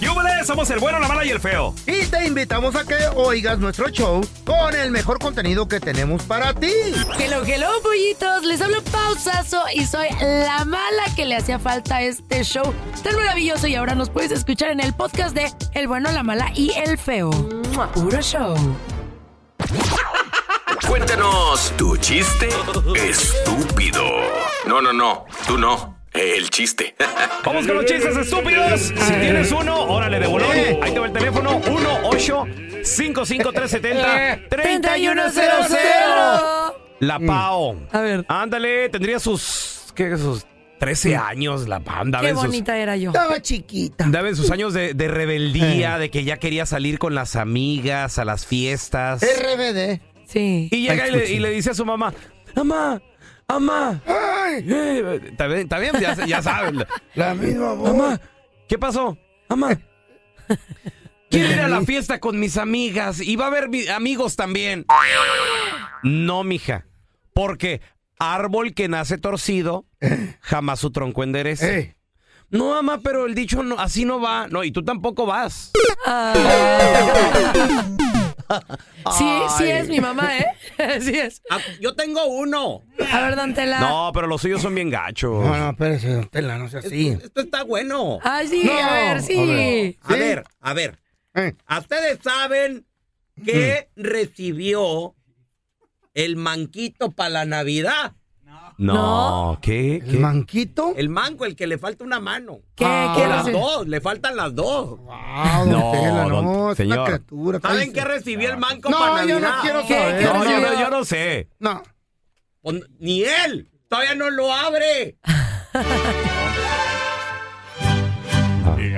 ¡Yúbele! Somos el bueno, la mala y el feo. Y te invitamos a que oigas nuestro show con el mejor contenido que tenemos para ti. Hello, hello, pollitos. Les hablo pausazo y soy la mala que le hacía falta a este show tan maravilloso. Y ahora nos puedes escuchar en el podcast de El bueno, la mala y el feo. Puro show. Cuéntanos tu chiste estúpido. No, no, no, tú no. El chiste. Vamos con los chistes estúpidos. Si tienes uno, órale de bolón. Eh. Ahí te va el teléfono: 1-8-55-370-3100. La Pao. Mm. A ver. Mm. Ándale, tendría sus. ¿Qué? Sus 13 años, la Pao. Andaba Qué en sus- bonita era yo. Estaba chiquita. andaba en sus años de, de Eh. rebeldía, de que ya quería salir con las amigas a las fiestas. RBD. Sí. Y llega y le, y le dice a su mamá, mamá, mamá, eh, está bien, está bien, ya, ya saben. La misma voz. Eh. Mamá, ¿qué pasó? Mamá, quiero ir a la fiesta con mis amigas y va a haber mi- amigos también. No, mija, porque árbol que nace torcido, Eh. jamás su tronco endereza. Ey. No, mamá, pero el dicho no, así no va. No, y tú tampoco vas. Sí, sí es mi mamá, ¿eh? sí es. Ah, yo tengo uno. A ver, Dantela. No, pero los suyos son bien gachos. No, no, espérese, don Tela, no sea así. Esto está bueno. Ay, sí, No. a ver, sí. A ver. A ¿Sí? ver, a ver. Eh, ¿A ustedes saben qué recibió el manquito para la Navidad? No. ¿Qué? ¿El manquito? El manco, el que le falta una mano. ¿Qué, Ah. qué Las hace? dos, le faltan las dos. Wow, don No, Tela, no, don- es una señor. criatura. cállese. recibió el manco No, yo no quiero ¿Qué? saber. ¿Qué No, yo recibió? no, yo no sé. No. Pues, Ni él. Todavía no lo abre. Ah,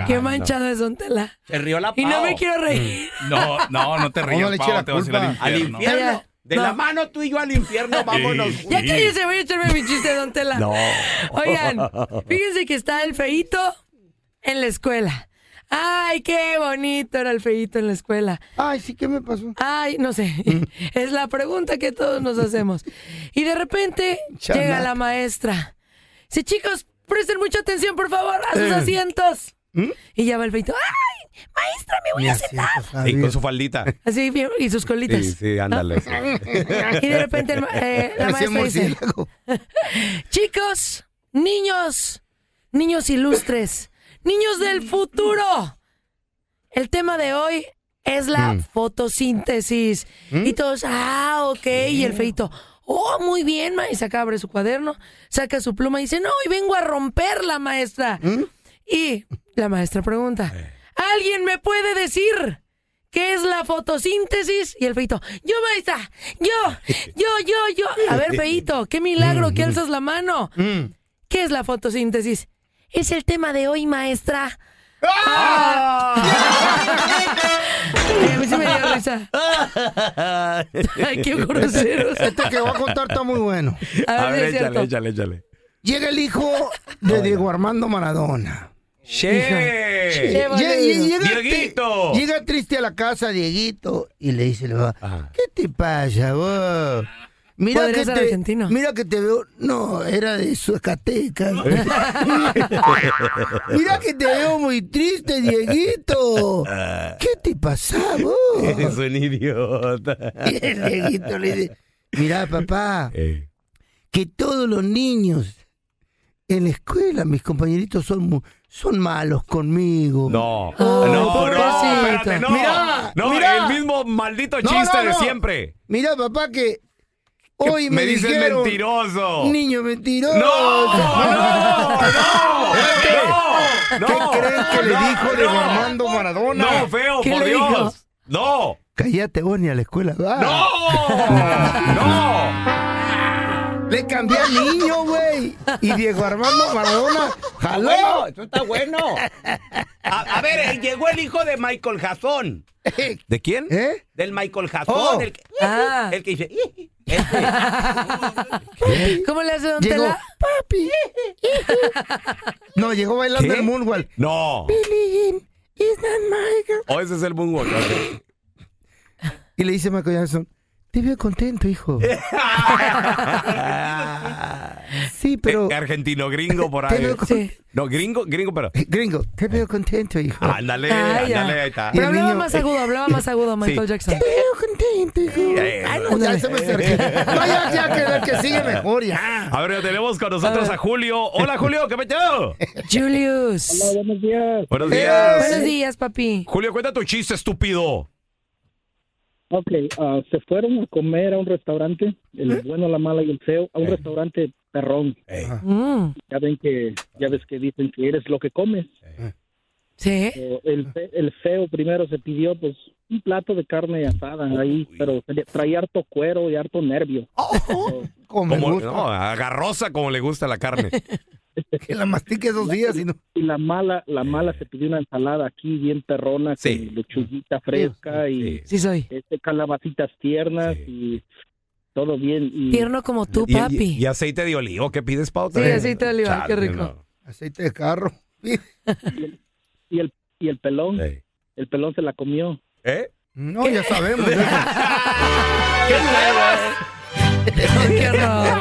Qué manchado es Dantela. Se rió la Y no Pao. me quiero reír. No, no, no te No rías, le eche Pao, la te vas a ir al culpa. Al infierno. infierno. Ya, De no. la mano tú y yo al infierno, vámonos. Sí. Ya cállese, voy a echarme mi chiste, don Tela. Oigan, fíjense que está el feíto en la escuela. Ay, qué bonito era el feíto en la escuela. Ay, sí, ¿qué me pasó? Ay, no sé. Es la pregunta que todos nos hacemos. Y de repente Chamaco. llega la maestra. Dice, chicos, presten mucha atención, por favor, a Eh. sus asientos. Y ya va el feito. ¡Ay, maestra, me voy a sentar! ¿Mm? Y pues, con con su faldita. Así, bien, y sus colitas. ándale. Y de repente el ma- eh, la maestra dice, chicos, niños, niños ilustres, niños del futuro. El tema de hoy es la fotosíntesis. Y todos, ah, ok. Y el feito, oh, muy bien, maestra. Acá abre su cuaderno, saca su pluma y dice, no, y vengo a romperla, maestra. Y la maestra pregunta, ¿alguien me puede decir qué es la fotosíntesis? Y el feito, yo, maestra, yo, yo, yo, yo. A ver, feito, qué milagro que alzas la mano. Mm. ¿Qué es la fotosíntesis? Es el tema de hoy, maestra. Ay, a mí sí me dio risa. Ay, qué groseros. Este que voy a contar está muy bueno. A ver, si es cierto. échale, échale. Llega el hijo de Diego Armando Maradona. ¡Che! Qué Lle- lle- bonito. llega, tri- Dieguito. llega triste a la casa, Dieguito, y le dice, le va, Ajá. ¿qué te pasa vos? Mira Podría que, ser te, argentino. mira que te veo. No, era de Zacatecas. mira que te veo muy triste, Dieguito. ¿Qué te pasa vos? Ah. un idiota. Y el Dieguito le dice: Mira, papá, Eh. que todos los niños en la escuela, mis compañeritos, son, mu- son malos conmigo. No, Oh, no, no, pobrecito. espérate, no. Ah, Mirá, no, mirá. el mismo maldito No, chiste no, de no. siempre. Mira, papá, que hoy me, me dices dijeron, mentiroso. Niño mentiroso. No, no, no, no, no. ¿Qué creen que le no, dijo de no, Armando Maradona? No, feo, ¿Qué por le dijo? Dios. No, Cállate vos ni a la escuela. vas. no, no. Le cambié a niño, güey. Y Diego Armando Maradona jaló. eso está bueno. A, a ver, eh, llegó el hijo de Michael Jason. ¿De quién? ¿Eh? Del Michael Jason, Oh. el, que, Ah, el que dice. "Este". ¿Cómo le hace Don Llegó, Tela? papi. no, llegó bailando ¿Qué? el moonwalk. No. Billie Jean is not my girl. O ese es el moonwalk. ok. Y le dice Michael Jackson, te veo contento, hijo. Sí, pero. argentino, gringo por Te ahí. veo con- Sí. No, gringo, gringo, pero. Gringo, te veo contento, hijo. Ándale, Ay, Ah, ya. ándale, ahí está. Y Pero el hablaba niño- más agudo, hablaba más agudo Michael Sí. Te Jackson. veo contento, hijo. Eh, Ay, no, ya se me acerqué. No, ya, ya, que el que sigue mejor, ya. A ver, tenemos con nosotros a Julio. Hola, Julio, ¿qué metido? Julius. Buenos Eh. días. Buenos días, papi. Julio, cuenta tu chiste, estúpido. Ok, ah, se fueron a comer a un restaurante, el bueno, la mala y el feo, Eh. a un restaurante perrón. Mm, Ya ven que, ya ves que dicen que eres lo que comes. sí. Eh, El, fe- el feo primero se pidió, pues, un plato de carne asada ahí, pero tenía- traía harto cuero y harto nervio. Oh, Como me Como, gusta. no, agarrosa como le gusta la carne. Que la mastique dos días y no. Y la mala, la mala se pidió una ensalada aquí bien perrona, Sí. con lechuguita fresca y Sí. Sí soy. este, calabacitas tiernas y todo bien. Y Tierno como tú, Y, papi. y- y aceite de olivo, ¿qué pides, Pau? Sí, aceite de oliva, Chale, qué rico. no. Aceite de carro. y el, y el pelón, Ey. el pelón se la comió. ¿Eh? No, ya sabemos. eso. Qué horror.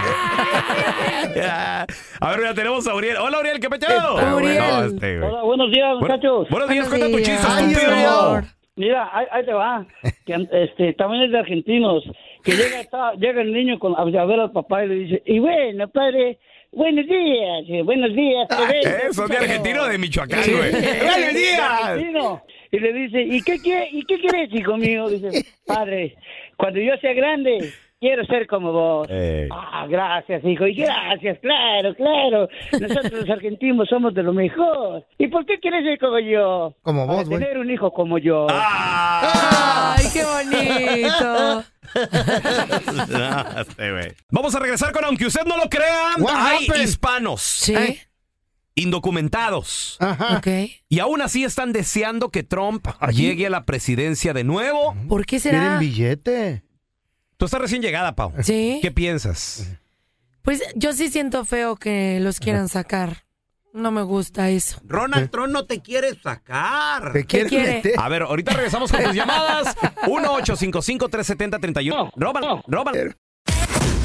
Ya. A ver, ya tenemos a Uriel. Hola, Uriel, ¿qué peteado? Está Uriel. No, este, güey. buenos días, Bueno, buenos días, cuenta tu días. chiste, Ay, estúpido. Uriel. Mira, ahí, ahí te va. Que, este, también es de argentinos. Que llega, está- llega el niño con, a ver al papá y le dice, y bueno, padre, buenos días, eh, buenos días. te ves, Eh, son de muchacho". argentino de Michoacán, güey. ¡Buenos días! Argentino. Y le dice, ¿y qué, quie- ¿y qué quieres, hijo mío? Dice, padre, cuando yo sea grande, quiero ser como vos. Ey. Ah, gracias, hijo. Y gracias, claro, claro. Nosotros los argentinos somos de lo mejor. ¿Y por qué quieres ser como yo? Como Para vos, güey. tener un hijo como yo. Ah. Ay, qué bonito. No, este, güey. Vamos a regresar con, aunque usted no lo crea, What hay happened? hispanos Sí. indocumentados. Ajá. Ok. Y aún así están deseando que Trump Ay. llegue a la presidencia de nuevo. ¿Por qué ¿Quieren será? billete? Tú estás recién llegada, Pau. Sí. ¿Qué piensas? Pues yo sí siento feo que los quieran sacar. No me gusta eso. Ronald Trump no te quiere sacar. ¿Te quieren quiere? meter? A ver, ahorita regresamos con tus llamadas. 1-855-370-31. Roban, roban.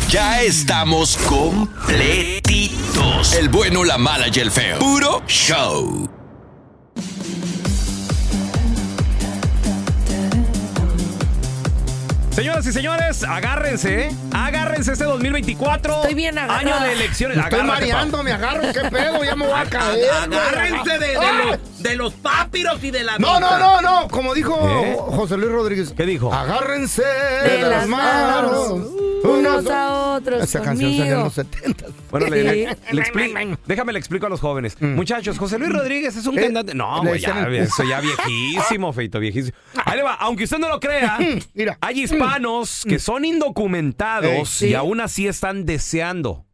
Ya estamos completitos. El bueno, la mala y el feo. Puro show. Señoras y señores, agárrense, ¿eh? Agárrense este 2024. Estoy bien agarrada. Año de elecciones. Estoy Agárrate, Pau. mareando, me agarro, qué pedo, ya me voy a caer. güey. Agárrense de, ¡Ah! los, de los pápiros y de la No, no, no, no, como dijo ¿Eh? José Luis Rodríguez. ¿Qué dijo? Agárrense de, las manos. Unos Unos- a otros. Esa canción salió en conmigo. los 70. Bueno, le, le- Sí. le expli- déjame le explico a los jóvenes. Muchachos, José Luis Rodríguez es un Mm. Eh, cantante. No, le güey, ya, decían el- eso ya viejísimo, feito, viejísimo. Ahí le va, aunque usted no lo crea, Mira. hay hispanos que son Ey, indocumentados sí. y aún así están deseando.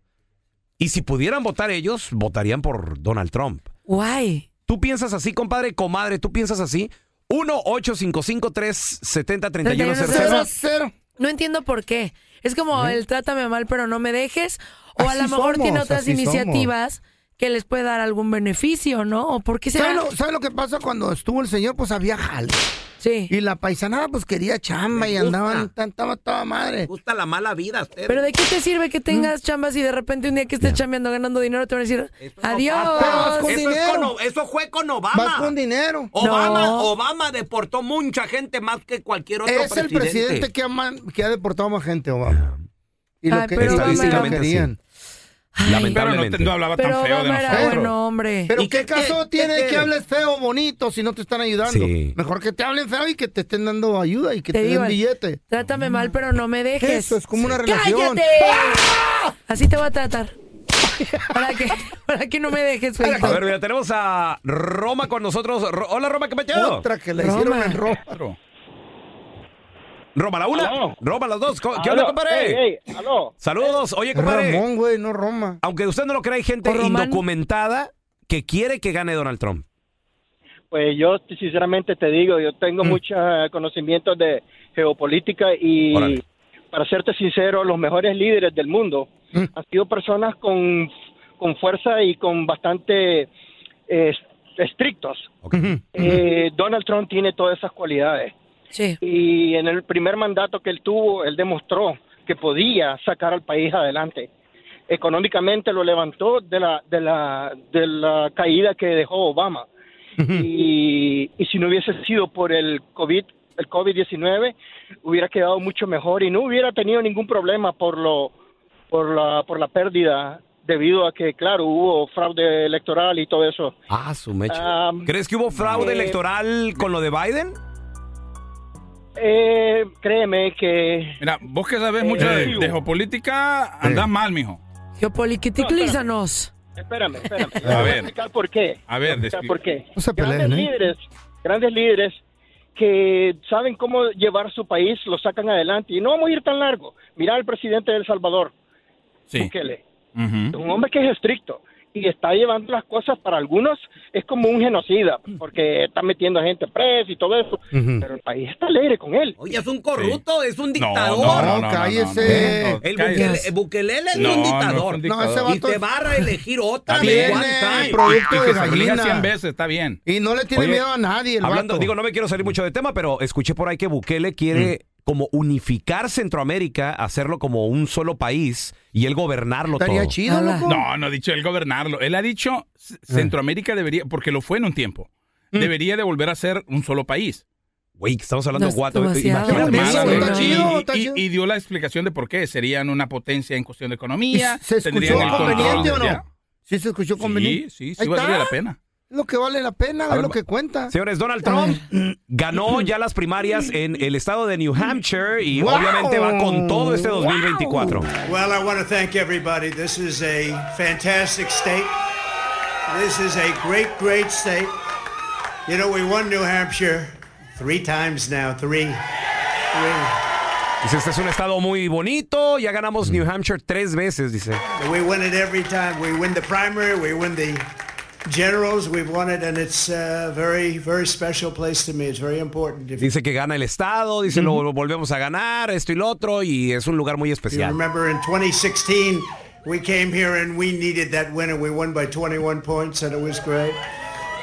Y si pudieran votar ellos, votarían por Donald Trump. Guay. ¿Tú piensas así, compadre, comadre? ¿Tú piensas así? 1-855-370-3100. Cero a cero. No entiendo por qué. Es como el trátame mal pero no me dejes. O a ¿Eh? Así lo mejor tiene somos, otras así iniciativas que les puede dar algún beneficio, ¿no? ¿O por qué será? ¿Sabes lo, sabe lo que pasa cuando estuvo el señor? Pues había jale. Sí. Y la paisanada pues quería chamba y andaban, estaba toda madre. gusta la mala vida usted. Pero ¿de qué te sirve que tengas Mm. chambas y de repente un día que estés chambeando ganando dinero te van a decir pasa. adiós? ah, Pero Eso es dinero. eso fue con Vas Obama. con dinero. Obama, No. Obama deportó mucha gente más que cualquier otro Es el presidente. presidente que ha, man- que ha deportado más gente, Obama. Y lo Ay, que pero y lo Obama- Ay, querían. Pero no, Lamentablemente. te- no hablaba pero tan feo de Obama era nosotros. buen hombre. Pero ¿Y qué qué- caso qué- tiene qué- que hables feo, bonito, si no te están ayudando. Sí. Mejor que te hablen feo y que te estén dando ayuda y que te, Te digo, den billete. Trátame mal pero no me dejes. Ah. Eso es como una relación. ¡Ah! ¡Cállate! Así te voy a tratar. ¿Para que ¿Para que no me dejes, güey? A ver, mira, tenemos a Roma con nosotros. Ro- Hola, Roma, ¿qué peteado? Otra que le Roma. hicieron en Roma. Roma, la una. Aló. Roma, las dos. Co- ¿Qué onda, compadre? Ey, ey, aló. Saludos. Oye, compadre. Ramón, güey, no Roma. Aunque usted no lo crea, hay gente ¿O Román? indocumentada que quiere que gane Donald Trump. Pues yo t- sinceramente te digo, yo tengo Mm. muchos conocimientos de geopolítica y Órale. para serte sincero, los mejores líderes del mundo Mm. han sido personas con, con fuerza y con bastante eh, estrictos. Ok. Eh, Donald Trump tiene todas esas cualidades Sí. y en el primer mandato que él tuvo, él demostró que podía sacar al país adelante. económicamente lo levantó de la, de la, de la caída que dejó Obama. y, y si no hubiese sido por el COVID, el COVID-19, hubiera quedado mucho mejor y no hubiera tenido ningún problema por lo por la por la pérdida debido a que claro hubo fraude electoral y todo eso. Ah, su mecha. Ah, ¿Crees que hubo fraude eh, electoral con lo de Biden? Eh, créeme que Mira, vos que sabes mucho Eh. de, de geopolítica, andás mal, mijo. Geopoliquiticlízanos. espérame, espérame. A Voy ver. a explicar por qué. A ver, Voy a explicar despli- por qué. No se peleen, grandes ¿eh? líderes, grandes líderes que saben cómo llevar su país, lo sacan adelante y no vamos a ir tan largo. Mira al presidente de El Salvador, Sí. Bukele. Ujú. un hombre que es estricto y está llevando las cosas para algunos es como un genocida porque está metiendo a gente presa y todo eso pero el país está alegre con él Oye, es un corrupto, es un No, dictador. No, cállese. El, cállese. Bukele, el Bukelele es No, un no es un dictador. dictador. No, ese y vato te va a reelegir otra de Tiene one time. pro- Producto Y de que se obliga gallina. 100 veces, está bien. Y no le tiene Oye, miedo a nadie el Hablando, vato. digo, no me quiero salir mucho de tema, pero escuché por ahí que Bukele quiere Mm. como unificar Centroamérica, hacerlo como un solo país y él gobernarlo Estaría todo. chido, Hola. loco. No, no ha dicho él gobernarlo. Él ha dicho Eh. C- Centroamérica debería, porque lo fue en un tiempo, Mm. debería de volver a ser un solo país. Güey, estamos hablando No, de es guato. demasiado. imagínate. Eso Armada, está ¿no? Y- chido, y- está y, chido. y dio la explicación de por qué. Serían una potencia en cuestión de ¿Y economía. ¿Se escuchó tendrían el control conveniente o mundial. no? Sí, se escuchó Sí, conveniente. sí, Ahí sí, valdría está. la pena. Lo que vale la pena, es ver, lo va- que cuenta. Señores, Donald Trump ganó ya las primarias en el estado de New Hampshire y Wow. obviamente va con todo este 2024. Well, I want to thank everybody. This is a fantastic state. This is a great, great state. You know, we won New Hampshire three times now. Three. Three. Dice, este es un estado muy bonito, ya ganamos New Hampshire tres veces, dice. We win it every time. We win the primary, we win the generals, we've won it, and it's a very, very special place to me. It's very important. If Dice que gana el estado, dice lo volvemos a ganar, esto y lo otro, y es un lugar muy you especial. remember in 2016, we came here and we needed that win, and we won by 21 points, and it was great.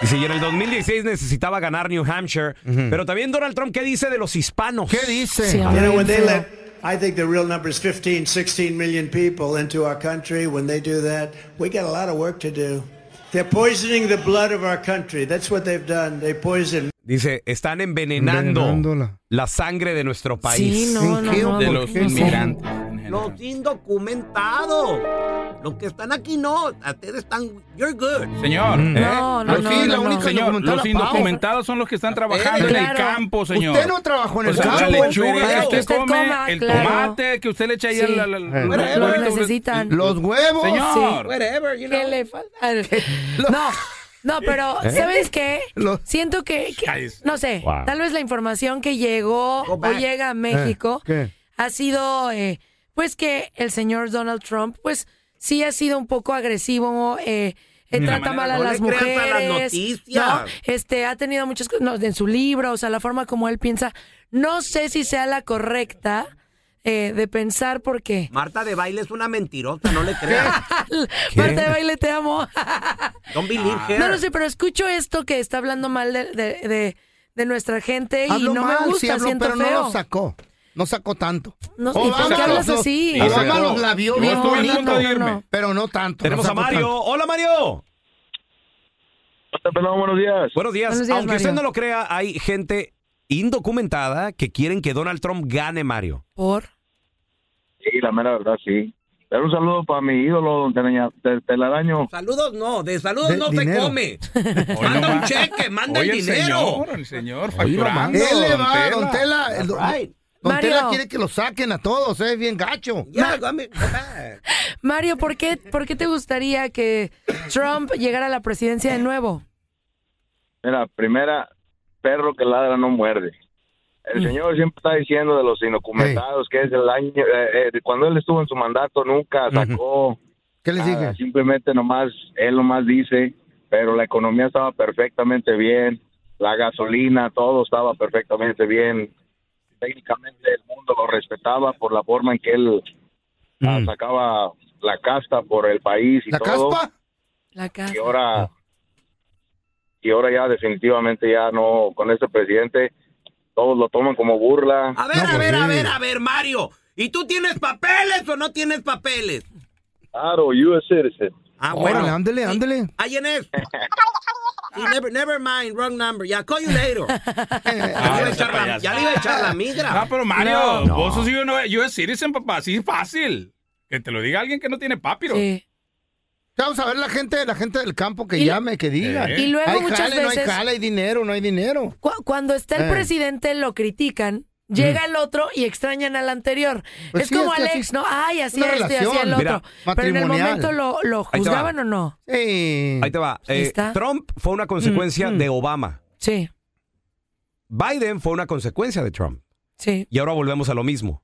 Dice, y en el 2016 necesitaba ganar New Hampshire, pero también Donald Trump, ¿qué dice de los hispanos? ¿Qué dice? Sí, You know, when they feo. let, I think the real number is 15, 16 million people into our country. When they do that, we got a lot of work to do. They're poisoning the blood of our country. That's what they've done. They poison Dice, están envenenando Envenenándola. la sangre de nuestro país. Sí, no, ¿En no, qué no. o De ¿Por los qué? inmigrantes. en general. indocumentados. Los que están aquí no, ustedes están, you're good. Señor. ¿eh? No, no, Aquí no, la no, única- no. Señor, Indocumentada, los pavo. indocumentados son los que están trabajando en el claro. campo, señor. Usted no trabajó en O el sea, campo. la lechuga Claro. que Que usted usted come, coma, el claro. tomate que usted le echa ahí Sí. la, la- la- Eh. los Lo huevitos. necesitan. Los huevos. Señor. ¿Qué le falta? Ah, No, no, pero ¿Eh? ¿sabes qué? Lo- Siento que, que- Cállese. no sé, Wow. Eh, tal vez la información que llegó o llega a México ¿qué? ha sido, eh, pues que el señor Donald Trump, pues sí ha sido un poco agresivo, eh, eh, trata mal a no las le creas a mujeres, las noticias. ¿no? este, ha tenido muchas cosas no, en su libro, o sea, la forma como él piensa, no sé si sea la correcta eh, de pensar porque Marta de baile es una mentirosa, no le creas. Marta de baile te amo. Ah. Don't believe No lo sé, pero escucho esto que está hablando mal de, de- de- de nuestra gente Habló y no mal, me gusta, sí habló, siento pero feo. no lo sacó. No sacó tanto. No, ¿y por qué hablas así? Los, Obama Sí. los labió bien estuve a punto de bonito, irme. no. pero no tanto. Tenemos no a sacó Mario. tanto. Hola, Mario. Este, buenos días Buenos días. Buenos días, Aunque usted Mario. no lo crea, hay gente indocumentada que quieren que Donald Trump gane, Mario. Por. sí la mera verdad sí pero un saludo para mi ídolo don telaraño Saludos no, de saludos De- no se dinero. come. Hoy no más. Hoy el dinero. Señor, el señor Ahí lo facturando. manda. Él le va, don Tela. don Tela. el don- right. Don Mario. Tela quiere que lo saquen a todos, es bien gacho. Mario, ¿por qué, ¿por qué te gustaría que Trump llegara a la presidencia de nuevo? Mira, primera, perro que ladra no muerde. El señor siempre está diciendo de los indocumentados que es el año, eh, eh, cuando él estuvo en su mandato nunca sacó ¿Qué Ah, les nada, dije? simplemente nomás, él nomás dice, pero la economía estaba perfectamente bien, la gasolina, todo estaba perfectamente bien. Técnicamente el mundo lo respetaba por la forma en que él ah, sacaba la casta por el país y Mm. ¿La todo caspa? La casa. y ahora y ahora ya definitivamente ya no con este presidente todos lo toman como burla A ver, No, a pues ver, a sí. ver, a ver, Mario. ¿Y tú tienes papeles o no tienes papeles? Claro, U.S. citizen. Ah, Órale, ándele, ándele. INF. Y never, never mind, wrong number. Ya, call you later. Eh, Ah, ya, le iba a ese echar la, payaso. ya le iba a echar la migra. Ah, pero Mario, No. vos sos yo no, US citizen, papá, así fácil. Que te lo diga alguien que no tiene papiro. Sí. Vamos a ver la gente, la gente del campo que Y- llame, que diga. Eh. Y luego hay muchas jale, no hay veces- jale, hay dinero, no hay dinero. Cu- cuando está el Eh. presidente lo critican, llega el otro y extrañan al anterior. Pues es sí, como es que Alex, así- ¿no? Ay, así una es, y así relación, el otro. mira, Pero en el matrimonial. momento lo, lo Ahí te va. juzgaban o no. Sí. Ahí te va. Ahí Eh, está. Mm, Trump fue una consecuencia de Obama. Sí, Biden fue una consecuencia de Trump. sí. Y ahora volvemos a lo mismo.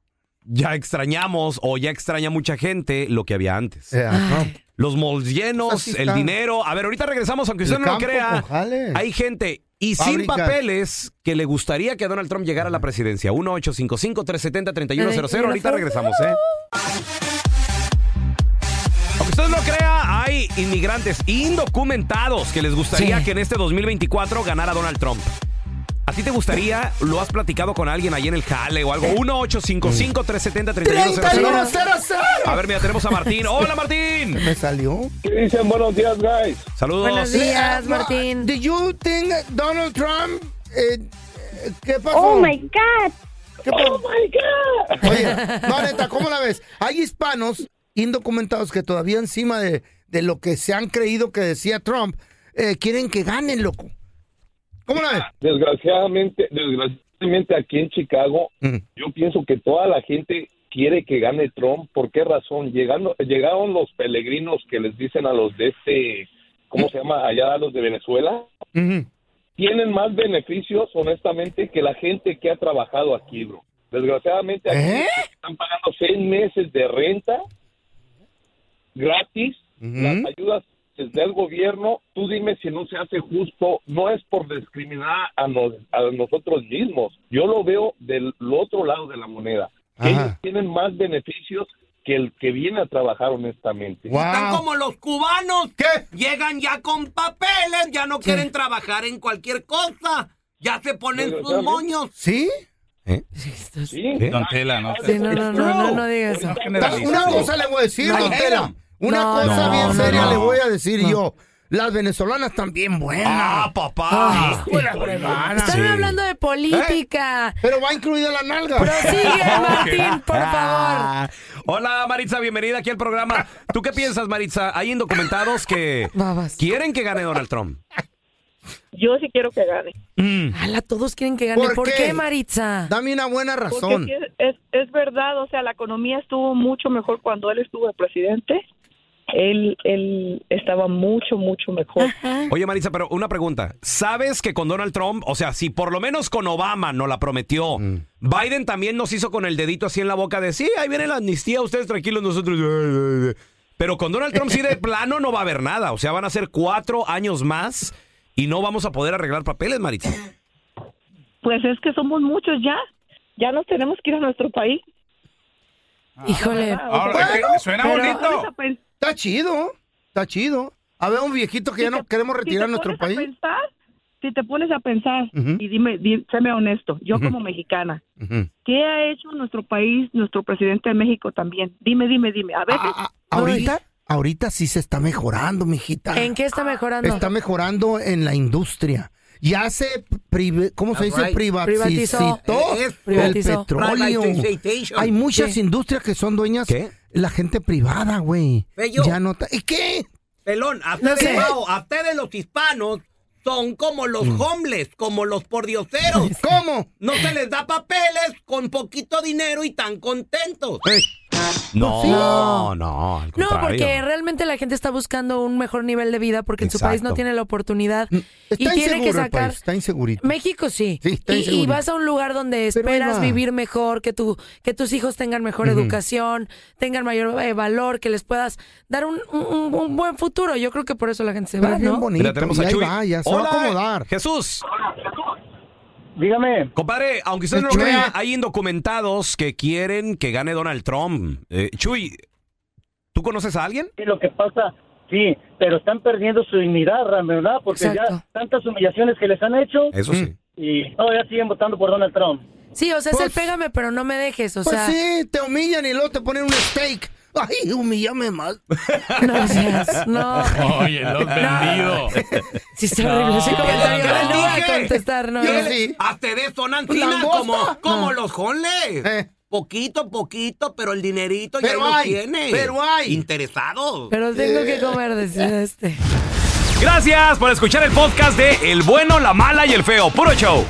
Ya extrañamos o ya extraña mucha gente lo que había antes. Eh, ajá. Los malls llenos, Así el está. dinero. A ver, ahorita regresamos, aunque El usted no lo campo crea. con jale. Hay gente y sin Fábricas. papeles que le gustaría que Donald Trump llegara a la presidencia. 1-855-370-3100. Ahorita regresamos, uh. ¿eh? Aunque usted no crea, hay inmigrantes indocumentados que les gustaría Sí. que en este 2024 ganara Donald Trump. ¿A ti te gustaría? ¿Lo has platicado con alguien ahí en el jale o Eh. algo? 1-855-370-3100. A ver, mira, tenemos a Martín. ¡Hola, Martín! Me salió. ¿Qué dicen? Buenos días, guys. Saludos. Buenos días, Ma- Martín. Do you think Donald Trump? eh, eh, ¿Qué pasó? Oh my God. Oh ¿Qué pasó? Oye, no, neta, ¿cómo la ves? Hay hispanos indocumentados que todavía encima de, de lo que se han creído que decía Trump, eh, quieren que ganen, loco. ¿Cómo la ves? Desgraciadamente, desgraciadamente aquí en Chicago, Mm. yo pienso que toda la gente quiere que gane Trump. ¿Por qué razón? Llegando, llegaron los peregrinos que les dicen a los de este, ¿cómo se llama? Allá a los de Venezuela. Ujú. Tienen más beneficios, honestamente, que la gente que ha trabajado aquí, bro. Ah, Desgraciadamente aquí ¿Eh? están pagando seis meses de renta gratis, las ayudas desde el gobierno, tú dime si no se hace justo, no es por discriminar a, nos- a nosotros mismos, yo lo veo del otro lado de la moneda, que Ajá. ellos tienen más beneficios que el que viene a trabajar honestamente. Están Wow. como los cubanos. ¿Qué? Llegan ya con papeles, ya no quieren trabajar en cualquier cosa. Ya se ponen Pero, sus ¿sabes? moños. ¿Sí? Sí, ¿Eh? Don Tela, no Sí, no, no, no, no, no digas eso. No generalices. Una cosa le voy a decir, No. don Tela. Una No, cosa no, bien no, seria no. le voy a decir yo. Las venezolanas están bien buenas. Ah, papá. Están hablando de política. Pero va incluida la nalga. Prosigue, Martín, por favor. Ah. Hola Maritza, bienvenida aquí al programa. ¿Tú qué piensas, Maritza? Hay indocumentados que Babas. quieren que gane Donald Trump. Yo sí quiero que gane. Ala, todos quieren que gane. ¿Por, ¿Por qué? qué? Maritza? Dame una buena Porque razón. sí es, es, es verdad, o sea, la economía estuvo mucho mejor cuando él estuvo de presidente. Él, él estaba mucho, mucho mejor. Oye Maritza, pero una pregunta. ¿Sabes que con Donald Trump, o sea, si por lo menos con Obama no la prometió, Biden también nos hizo con el dedito así en la boca de sí, ahí viene la amnistía, ustedes tranquilos, nosotros... eh, eh, eh". Pero con Donald Trump sí de plano no va a haber nada. O sea, van a ser cuatro años más y no vamos a poder arreglar papeles, Maritza. Pues es que somos muchos ya. Ya nos tenemos que ir a nuestro país. Híjole. Ah, Ahora, Ah, es que suena bonito. Ahorita Está chido, está chido. A ver, un viejito que ya no queremos retirar si a te nuestro pones a país. pensar, si te pones a pensar, Ujú. y dime, di- séme honesto, yo como mexicana, Ujú. ¿qué ha hecho nuestro país, nuestro presidente de ah, México también? Dime, dime, dime. A veces, A- a- ahorita, ahorita sí se está mejorando, mijita. ¿En qué está mejorando? ah. Está mejorando en la industria. Ya se, prive- ¿cómo se dice? Alright. Privatizó, Privatizó. Eh, es- el privatizó. petróleo. Privatization. Hay muchas Sí. industrias que son dueñas. ¿Qué? La gente privada, güey. Bello. Ya no ta- ¿Y qué? Pelón, a No ustedes, sé. Mao, a ustedes los hispanos son como los homeless, como los pordioseros. ¿Cómo? No se les da papeles con poquito dinero y tan contentos. Eh, No, No. no, al No, porque realmente la gente está buscando un mejor nivel de vida porque en su país no Exacto. tiene la oportunidad y está tiene que inseguro el sacar. país, está insegurito. México sí. Sí, está Y- y, inseguro. vas a un lugar donde Pero ahí esperas va. vivir mejor, que tu, que tus hijos tengan mejor educación, tengan mayor eh, valor, que les puedas dar un, un- un buen futuro. Yo creo que por eso la gente se Pero va, es bien ¿no? bonito. y ahí va, ya se va a acomodar. Jesús, Dígame, compadre, aunque usted no lo Chuy. crea, hay indocumentados que quieren que gane Donald Trump. Eh, Chuy, ¿tú conoces a alguien? ¿qué es lo que pasa? Sí, pero están perdiendo su dignidad, ¿verdad? Porque Exacto. ya tantas humillaciones que les han hecho Eh. Eso sí. y todavía siguen votando por Donald Trump. Sí, o sea, es el Pues- pégame, pero no me dejes. O Pues sea, sí, te humillan y luego te ponen un steak. Ay, humíllame más. No seas- no. Oye, los vendido. Sí, está horrible ese comentario. Yo No voy a dije. contestar, no. Yo no. le- Hasta de esto, Nantina, Mm. ¿Langosta? como, como No. los honles. Eh. Poquito, poquito, pero el dinerito Pero ya hay, lo tiene. pero hay. Interesados. Pero tengo que comer, decía este. Gracias por escuchar el podcast de El bueno, la mala y el feo. Puro show.